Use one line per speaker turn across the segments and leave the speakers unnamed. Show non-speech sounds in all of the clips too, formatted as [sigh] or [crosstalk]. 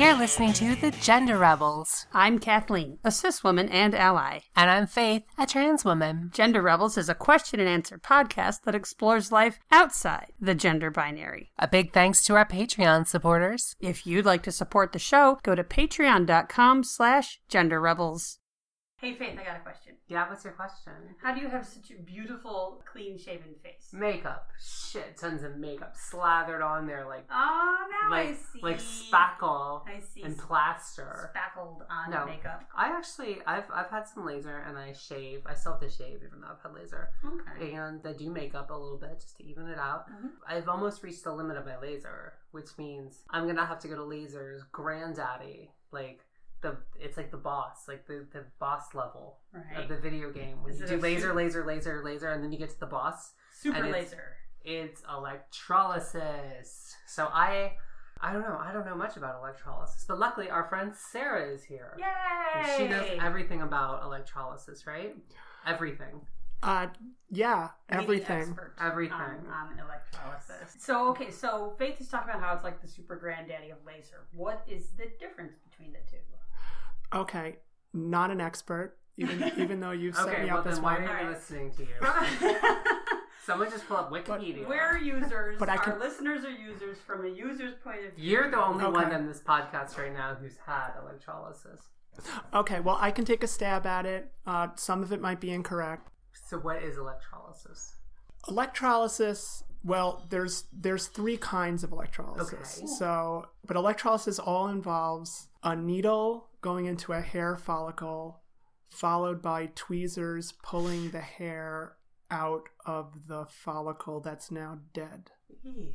to the Gender Rebels.
I'm Kathleen, a cis woman and ally.
And I'm Faith, a trans woman.
Gender Rebels is a question and answer podcast that explores life outside the gender binary.
A big thanks to our Patreon supporters.
If you'd like to support the show, go to patreon.com slash gender rebels. Hey Faith, I got a question.
Yeah, what's your question?
How do you have such a beautiful, clean shaven face? Oh,
Makeup. Shit, tons of makeup slathered on there like
Oh, now I
like,
see.
like spackle
I see.
and plaster.
Spackled on
No.
makeup.
I actually I've I've had some laser and I shave. I still have to shave even though I've had laser.
Okay.
And I do makeup a little bit just to even it out.
Mhm.
I've almost reached the limit of my laser, which means I'm gonna have to go to laser's granddaddy. Like the it's like the boss, like the, the boss level
Right.
of the video game. When
Is
you
it
do
a
laser,
super-
laser, laser, laser, and then you get to the boss.
Super
and it's-
laser.
It's electrolysis. So I I don't know, I don't know much about electrolysis. But luckily our friend Sarah is here. And
Yay!
She knows everything about electrolysis, right? Everything.
Uh, yeah,
Leading
everything.
expert
Everything.
on, on Um, electrolysis. So okay, so Faith is talking about how it's like the super granddaddy of laser. What is the difference between the two?
Okay, not an expert,
[laughs]
even even though you've set
Okay,
me
well
up as
then why
one.
are
Alright.
we listening to you?
[laughs]
Someone just pull up Wikipedia.
We're users.
But I
Our
can-
listeners are users from a user's point of view.
You're the only
Okay.
one in this podcast right now who's had electrolysis.
Okay, well I can take a stab at it. Uh, some of it might be incorrect.
So what is electrolysis?
Electrolysis. Well, there's there's three kinds of electrolysis.
Okay.
So, but electrolysis all involves a needle going into a hair follicle, followed by tweezers pulling the hair out of the follicle that's now dead.
Yeesh.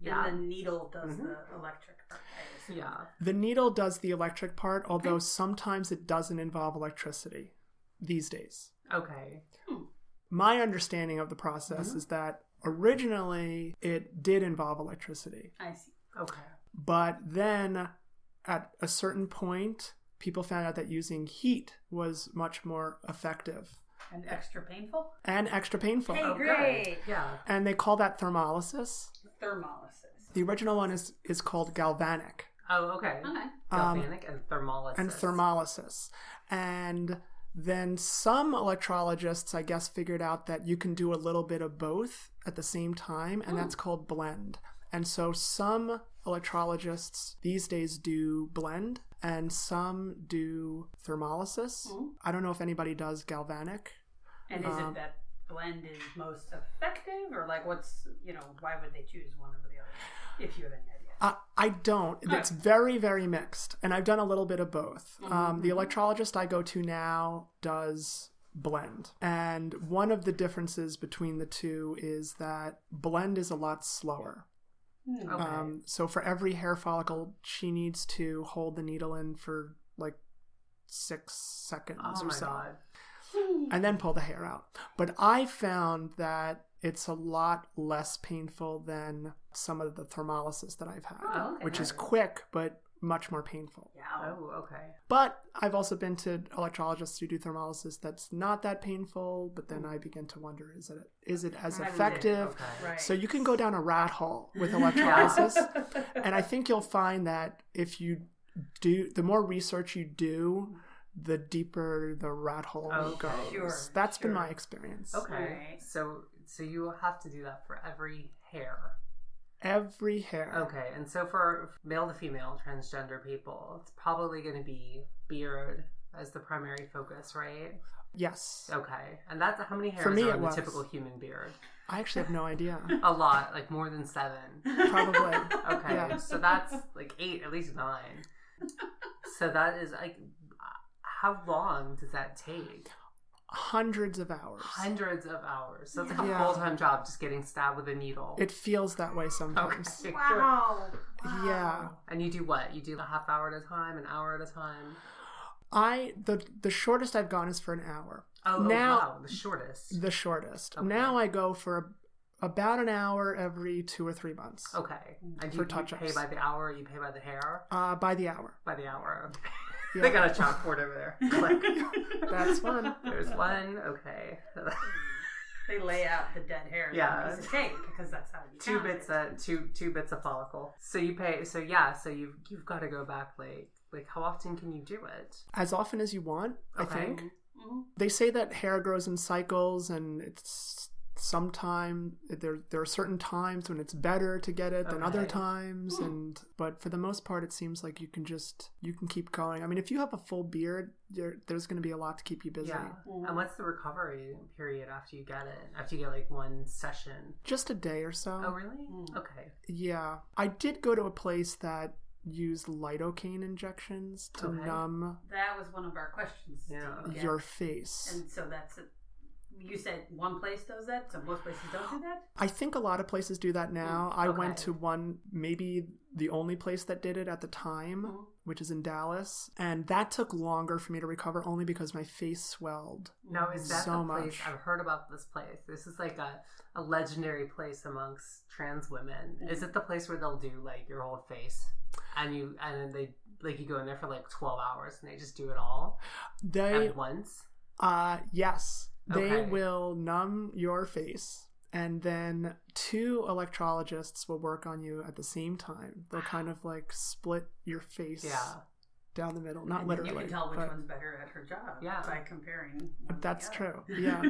Yeah.
And the needle does the electric part. I assume.
Yeah.
The needle does the electric part, although sometimes it doesn't involve electricity these days.
Okay.
Hmm.
My understanding of the process is that originally it did involve electricity,
I see.
Okay.
but then at a certain point, people found out that using heat was much more effective
And extra painful?
and extra painful.
Hey.
Oh,
Great.
good. Yeah.
And they call that thermolysis.
Thermolysis.
The original one is, is called galvanic.
Oh, okay.
Okay.
Um,
Galvanic and thermolysis.
and thermolysis. And then some electrologists, I guess, figured out that you can do a little bit of both at the same time, and that's called blend. And so some electrologists these days do blend, and some do thermolysis.
Mhm.
I don't know if anybody does galvanic.
And is
Um,
it that blend is most effective, or like what's you know why would they choose one over the other? If you have any idea.
I, I don't.
All
It's very, very mixed. And I've done a little bit of both.
Mm-hmm,
Um, the electrologist I go to now does blend. And one of the differences between the two is that blend is a lot slower.
Hmm.
Okay.
Um, so for every hair follicle, she needs to hold the needle in for like six seconds
oh
or
my
so
god.
and then pull the hair out. But I found that it's a lot less painful than some of the thermolysis that I've had,
Oh, okay.
which is quick but much more painful.
Yeah.
Oh, okay.
But I've also been to electrologists who do thermolysis that's not that painful, but then I begin to wonder is it is it as
I mean,
effective?
Okay.
Right.
So you can go down a rat hole
[laughs]
with electrolysis. and I think you'll find that if you do the more research you do, the deeper the rat hole
Okay.
goes.
Sure,
That's been
sure.
my experience.
Okay.
Alright.
So so you will have to do that for every hair.
Every hair.
Okay. And so for male to female transgender people, it's probably going to be beard as the primary focus, right?
Yes.
Okay. And that's how many hairs
me,
are
it
on the
was.
typical human beard?
I actually have no idea.
[laughs] A lot, like more than 7.
Probably.
Okay.
Yeah.
So that's like 8, at least 9. So that is like how long does that take?
Hundreds of hours.
Hundreds of hours. So it's like a
Yeah.
full time job just getting stabbed with a needle.
It feels that way sometimes. [laughs]
Okay.
Wow.
Yeah.
And you do what? You do a half hour at a time, an hour at a time.
I the the shortest I've gone is for an hour.
Oh,
Now-
oh, wow, the shortest.
The shortest.
Okay.
Now I go for about an hour every two or three months.
Okay. And
For
you, you
touch-ups.
pay by the hour, you pay by the hair,
Uh, by the hour.
by the hour. Okay.
Yeah.
they got a chalkboard over
[laughs]
there. Click. [laughs]
That's one.
There's one. Okay. [laughs]
They lay out the dead hair
Yeah.
on a piece of tape because that's how you
two
count
bits
it.
of two two bits of follicle. So you pay so yeah, so you've you've gotta go back like Like, how often can you do it?
[laughs] as often as you want, I
Okay.
think.
Mhm.
They say that hair grows in cycles and it's sometime there there are certain times when it's better to get it than other
Okay.
times
Hmm.
and but for the most part it seems like you can just you can keep going. I mean if you have a full beard there there's going to be a lot to keep you busy.
Yeah. And what's the recovery period after you get it? After you get like one session?
Just a day or so.
Oh, really?
Mm.
Okay.
Yeah. I did go to a place that used lidocaine injections to
Okay.
numb
That was one of our questions. to
Yeah.
you,
your face.
And so that's it. You said one place does that, so most places don't do that.
I think a lot of places do that now. I went
Mm, okay.
to one, maybe the only place that did it at the time,
Mm.
Mhm.
Mm-hmm.
which is in Dallas. And that took longer for me to recover only because my face swelled.
Now, is that
So
the place?
much.
I've heard about this place. This is like a, a legendary place amongst trans women. Is it the place where they'll do like your whole face, and you and then they like you go in there for like twelve hours and they just do it all
They,
at once?
uh, yes, they
Okay.
will numb your face. And then two electrologists will work on you at the same time. They'll kind of like split your face
Yeah.
down the middle. Not
And
literally.
You can tell which
but
one's better at her job
Yeah.
by comparing. one to
That's
the
true.
other. [laughs]
Yeah.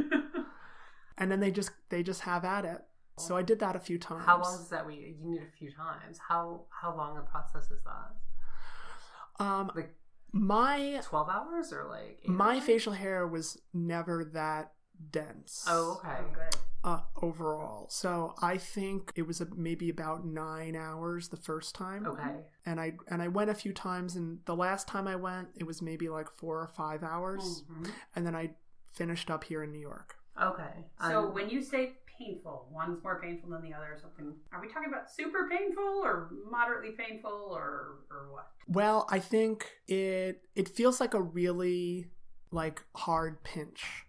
and then they just they just have at it. So I did that a few times.
How long does that? We you need a few times. How how long a process is that?
Um,
Like-
my
Twelve hours or like eight
my
hours?
facial hair was never that dense.
Oh, okay.
oh, good.
Uh, overall, so I think it was a, maybe about nine hours the first time.
Okay.
And I and I went a few times, and the last time I went, it was maybe like four or five hours,
Hmm.
Mhm.
and then I finished up here in New York.
Okay.
So
Um,
when you say painful, one's more painful than the other, or something. Are we talking about super painful or moderately painful or or what?
Well, I think it it feels like a really like hard pinch,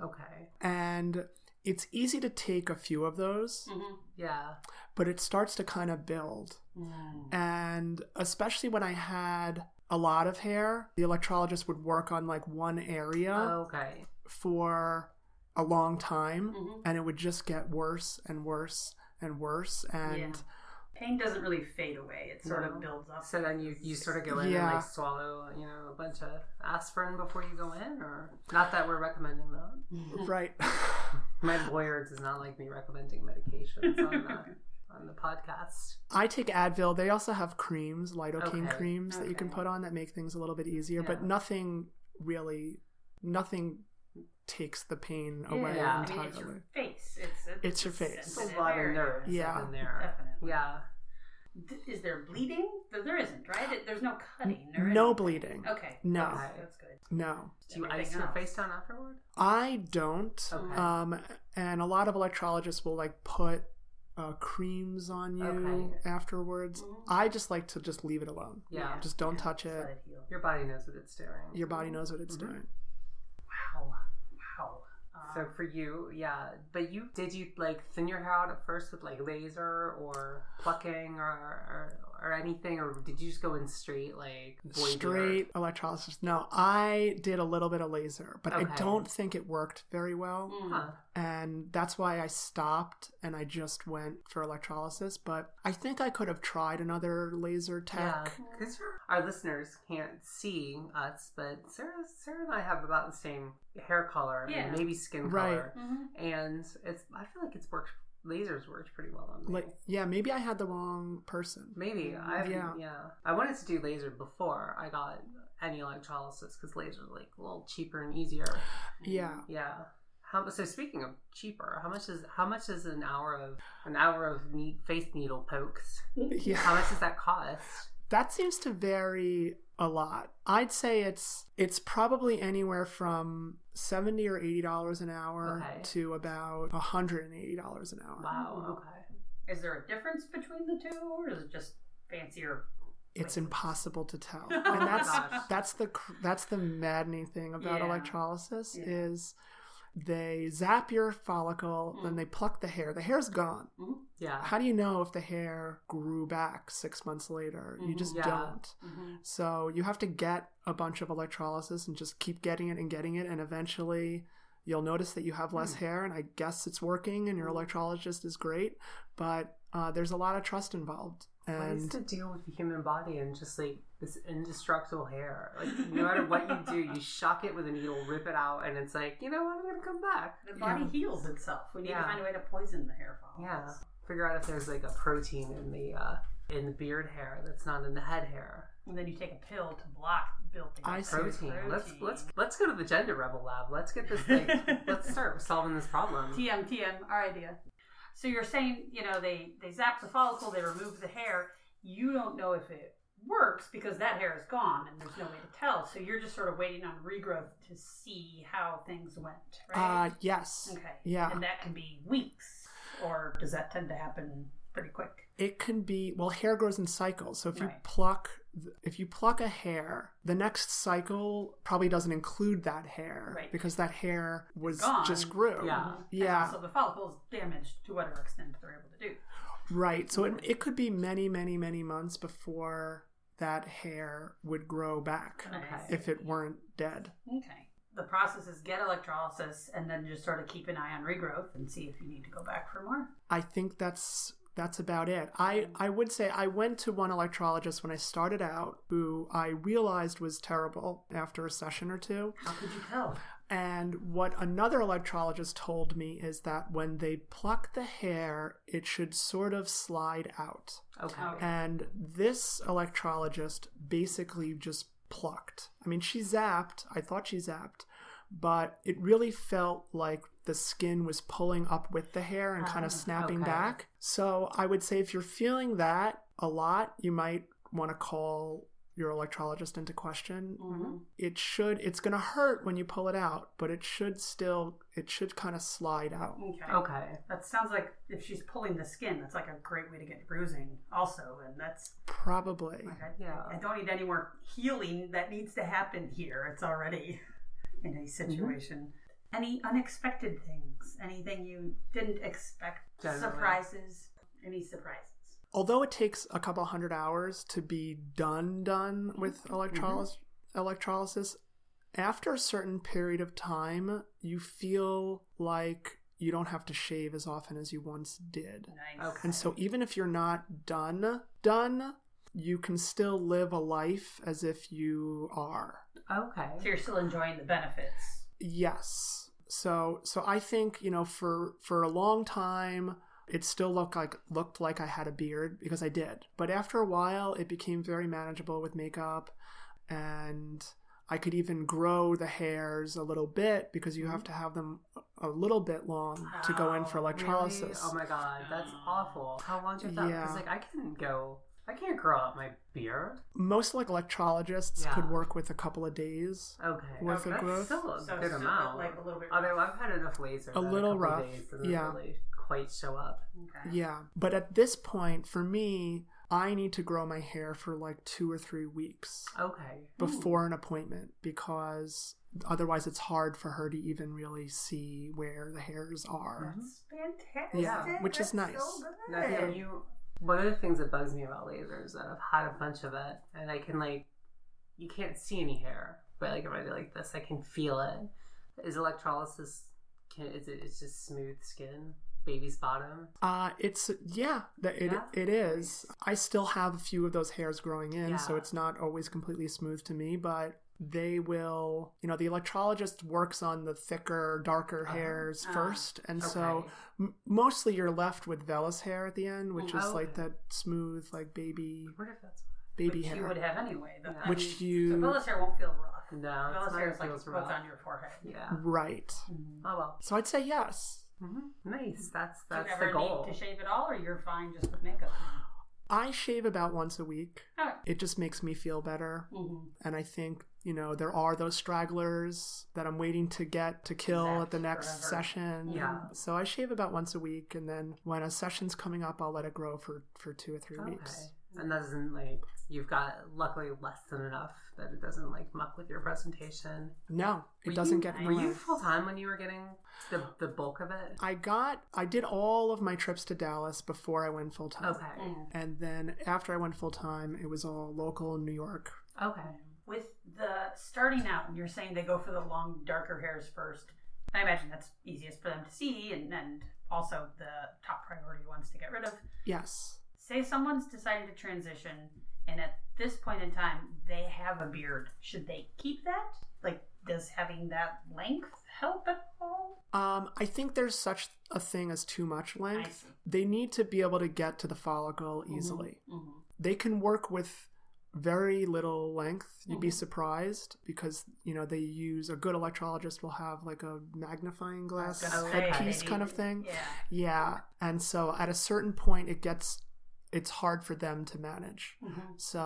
okay.
and it's easy to take a few of those,
Mm-hmm.
Yeah.
but it starts to kind of build.
Mm-hmm.
And especially when I had a lot of hair, the electrologist would work on like one
Oh.
area
Okay.
for a long time
Mm-hmm.
hmm
and it would just get worse and worse and worse and
Pain doesn't really fade away; it sort
No.
of builds up.
So then you, you sort of go in and
Yeah.
like swallow, you know, a bunch of aspirin before you go in or not that we're recommending that.
right [laughs]
My lawyer does not like me recommending medications on
[laughs]
the on the podcast.
I take Advil. They also have creams, lidocaine
Okay.
creams that you can
Okay.
put on that make things a little bit easier, but
Yeah.
nothing really nothing takes the pain
Yeah,
away
Yeah.
I mean,
entirely.
it's your face. It's it's,
It's your
a
face.
It's
sensitive
a lot of
area.
nerves
Yeah.
up in there.
Definitely.
Yeah.
D- Is there bleeding? There- There isn't, right? It- There's no cutting. there
no
isn't.
bleeding.
Okay.
No.
That's, that's good.
No.
Do you
Everything
ice your
else.
face down afterward?
I don't.
Okay.
Um, and a lot of electrologists will like put uh, creams on you
Okay.
afterwards.
Mhm.
I just like to just leave it alone.
Yeah.
Um, Just don't
Yeah,
touch
just
it.
let heal.
Your body knows what it's doing.
Your body knows what it's
Mhm.
doing.
Wow. Wow. Um,
so for you, yeah. But you did you like thin your hair out at first with like laser or plucking or or, or anything, or did you just go in straight like boy
Straight electrolysis. No, I did a little bit of laser, but
Okay.
I don't think it worked very well.
beard?
mm.
Huh.
And that's why I stopped and I just went for electrolysis. But I think I could have tried another laser
Yeah,
tech.
because our listeners can't see us, but Sarah, Sarah and I have about the same hair color
Yeah.
and maybe skin color,
Right.
Mhm.
and it's. I feel like it's worked. Lasers worked pretty well on me.
Like, yeah, maybe I had the wrong person.
maybe I yeah.
Yeah.
I wanted to do laser before I got any electrolysis because lasers like a little cheaper and easier. [laughs]
Yeah.
Yeah. How, so speaking of cheaper, how much is how much is an hour of an hour of ne- face needle pokes?
Yeah.
How much does that cost?
That seems to vary a lot. I'd say it's it's probably anywhere from seventy or eighty dollars an hour
Okay.
to about hundred and eighty dollars an hour.
[laughs] Wow. Okay.
Is there a difference between the two, or is it just fancier?
It's impossible to
[laughs]
tell,
[laughs] Oh
and
my
that's [laughs]
gosh.
that's the cr- that's the maddening thing about
Yeah.
electrolysis
Yeah.
is they zap your follicle, then
Mm.
they pluck the hair. The hair's gone.
Yeah.
How do you know if the hair grew back six months later? You
Mhm.
just
Yeah.
don't.
Mm-hmm.
So you have to get a bunch of electrolysis and just keep getting it and getting it, and eventually you'll notice that you have
Mm.
less hair. And I guess it's working, and your electrologist is great, but uh, there's a lot of trust involved.
What is the deal with the human body and just like this indestructible hair? Like no matter what you do, you shock it with a needle, rip it out, and it's like you know what? I'm gonna come back.
The body heals itself. We need
Yeah.
to find a way to poison the hair follicles.
Yeah. Figure out if there's like a protein in the uh, in the beard hair that's not in the head hair.
And then you take a pill to block building.
I
up
see.
Protein. Let's
Protein.
let's let's go to the gender rebel lab. Let's get this thing. let's start solving this problem.
TM, TM, our idea. So you're saying, you know, they, they zap the follicle, they remove the hair. You don't know if it works because that hair is gone and there's no way to tell. So you're just sort of waiting on regrowth to see how things went, right?
Uh, yes.
okay.
yeah.
And that can be weeks, or does that tend to happen pretty quick?
it can be well hair grows in cycles so if you
Right.
pluck if you pluck a hair the next cycle probably doesn't include that hair
Right.
because that hair was
Gone.
just grew
Yeah.
Yeah.
So the follicle is damaged to whatever extent they're able to do.
right so it, it could be many many many months before that hair would grow back
Nice.
if it weren't dead
Okay. The process is get electrolysis and then just sort of keep an eye on regrowth and see if you need to go back for more.
i think that's that's about it i
Mm-hmm.
i would say i went to one electrologist when i started out who i realized was terrible after a session or two
How could you tell?
And what another electrologist told me is that when they pluck the hair, it should sort of slide out.
Okay.
Okay.
And this electrologist basically just plucked. I mean, she zapped. I thought she zapped, but it really felt like the skin was pulling up with the hair and kind
Ah,
of snapping
okay.
back. So I would say if you're feeling that a lot, you might want to call your electrologist into question
Mm-hmm.
it should it's going to hurt when you pull it out but it should still it should kind of slide out
Okay.
Okay.
That sounds like if she's pulling the skin, that's like a great way to get bruising, also. And that's
probably
like, I,
Yeah.
I don't need any more healing that needs to happen here. It's already [laughs] in
Mm-hmm.
a situation. Any unexpected things? Anything you didn't expect?
Generally.
Surprises? Any surprises?
although it takes a couple hundred hours to be done done with electrolysis electrolysis after a certain period of time you feel like you don't have to shave as often as you once did
Nice.
Okay.
and so even if you're not done done you can still live a life as if you are
So
Okay.
you're still enjoying the benefits.
Yes. So so I think, you know, for for a long time it still looked like looked like I had a beard because I did. But after a while it became very manageable with makeup and I could even grow the hairs a little bit because you have to have them a little bit long to go in for
Wow,
electrolysis.
really? Oh my god, that's awful. How long do you have?
Yeah.
Because like I can go, I can't grow out my beard.
Most like electrologists
Yeah.
could work with a couple of days.
Okay,
Worth
okay.
of
that's
growth?
still a
So
good
Oh, still
amount.
like a little bit.
Although I've had enough laser, that
little
couple
rough,
days doesn't
yeah.
really quite show up.
Okay.
Yeah. But at this point for me, I need to grow my hair for like 2 or 3 weeks.
Okay,
before an appointment because otherwise it's hard for her to even really see where the hairs are.
That's fantastic.
Mm-hmm. Yeah, which is
That's
nice.
So
now can
good.
you? One of the things that bugs me about lasers that I've had a bunch of it, and I can like, you can't see any hair, but like if I do like this, I can feel it. Is electrolysis? Can is it? It's just smooth skin, baby's bottom.
Uh, it's yeah, that it
Yeah.
it is. I still have a few of those hairs growing in, so
Yeah.
it's not always completely smooth to me, but they will, you know, the electrologist works on the thicker, darker
Uh-huh.
hairs
Ah,
first, and so
Okay.
m- mostly you're left with vellus hair at the end, which
Mm,
is like
okay.
that smooth, like baby
I wonder if that's
baby
Oh, Which
hair,
you would have anyway. Though.
Yeah.
which
So
you
Bella's hair won't feel rough.
no. It's
Bella's
not
hair
it
is like
feels
what's
rough.
on your forehead.
Yeah.
right.
Oh well.
So I'd say yes.
Mm-hmm. Nice. That's
Do
that's
you
the
ever
goal.
need to shave at all, or you're fine just with makeup?
I shave about once a week.
Oh.
All right.
It just makes me feel better.
Mm-hmm.
And I think, you know, there are those stragglers that I'm waiting to get to kill
Zapped
at the next
forever.
session.
Yeah.
So I shave about once a week. And then when a session's coming up, I'll let it grow for, for two or three
Okay.
weeks.
And that doesn't like you've got luckily less than enough that it doesn't like muck with your presentation.
No, it
Were you-
doesn't get in the
Were you
way.
full time when you were getting the the bulk of it?
I got, I did all of my trips to Dallas before I went full time.
Okay.
And then after I went full time, it was all local New York.
Okay.
With the starting out, and you're saying they go for the long, darker hairs first. I imagine that's easiest for them to see, and, and also the top priority ones to get rid of.
Yes.
say someone's decided to transition and at this point in time they have a beard should they keep that like does having that length help at all
Um, I think there's such a thing as too much
i
length.
see
They need to be able to get to the follicle easily.
Mhm.
They can work with very little length. You'd be
Mhm.
surprised because you know they use a good electrologist will have like a magnifying
I was
glass
gonna say,
headpiece
maybe-
kind of thing.
yeah
Yeah, and so at a certain point, it gets it's hard for them to manage.
Mhm.
So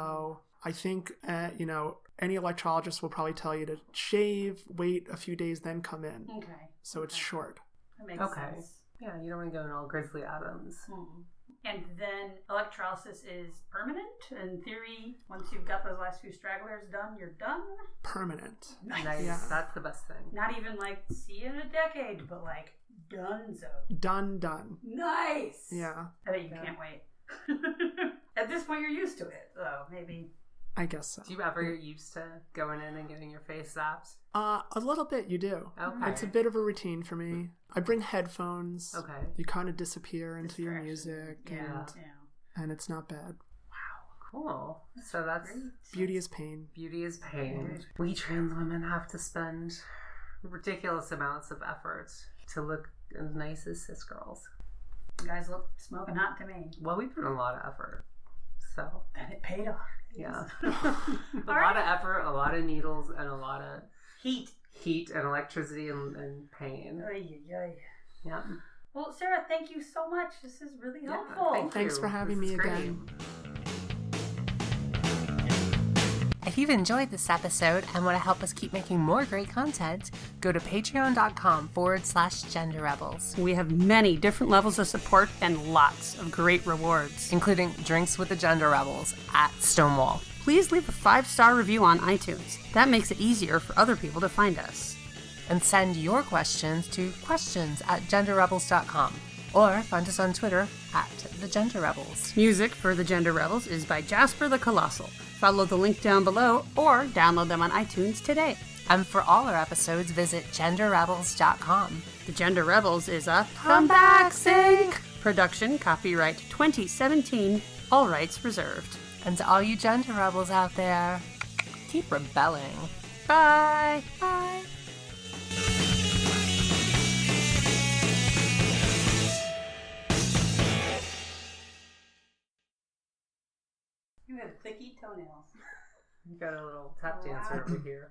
I think uh, you know any electrologist will probably tell you to shave, wait a few days, then come in.
okay
So it's
Okay.
short.
that makes
Okay.
sense
Yeah, you don't want to go in all Grizzly Adams.
Mhm. and then electrolysis is permanent in theory once you've got those last few stragglers done you're done
Permanent.
Nice.
[laughs] Yeah.
That's the best thing.
not even like see you in a decade but like donezo
Done, done.
nice
Yeah,
I bet you
Yeah.
can't wait. [laughs] At this point, you're used to it, though. Maybe.
I guess so.
Do you ever get used to going in and getting your face zapped?
Uh, a little bit, you do.
Okay.
Mm-hmm. It's a bit of a routine for me. I bring headphones.
Okay.
You kind of disappear into your
Distraction.
music,
Yeah.
and-
yeah.
and, and it's not bad.
Cool. So that's
Great.
Beauty is pain.
beauty is pain. We trans women have to spend ridiculous amounts of effort to look as nice as cis girls.
You guys look smoking hot to me,
Well, we put in a lot of effort. So,
and it paid off.
Yeah.
All
a lot
right.
of effort, a lot of needles, and a lot of
[laughs] Heat.
heat and electricity and, and pain.
Ay, ay, ay.
Yep.
Well, Sarah, thank you so much. This is really
Yeah,
helpful.
thank
Thanks
you.
for having
This
me
is great.
again.
If you've enjoyed this episode and want to help us keep making more great content, go to patreon.com forward slash gender rebels,
We have many different levels of support and lots of great rewards.
including drinks with the gender rebels at Stonewall.
Please leave a five star review on iTunes. That makes it easier for other people to find us.
And send your questions to questions at genderrebels.com or find us on Twitter at the gender rebels.
Music for the Gender Rebels is by Jasper the Colossal. Follow the link down below or download them on iTunes today.
And for all our episodes, visit genderrebels.com.
The Gender Rebels is a
Comeback sync!
production copyright 2017, all rights reserved.
And to all you gender rebels out there, keep rebelling.
Bye.
Bye.
You have clicky toenails.
You got a little tap dancer over here.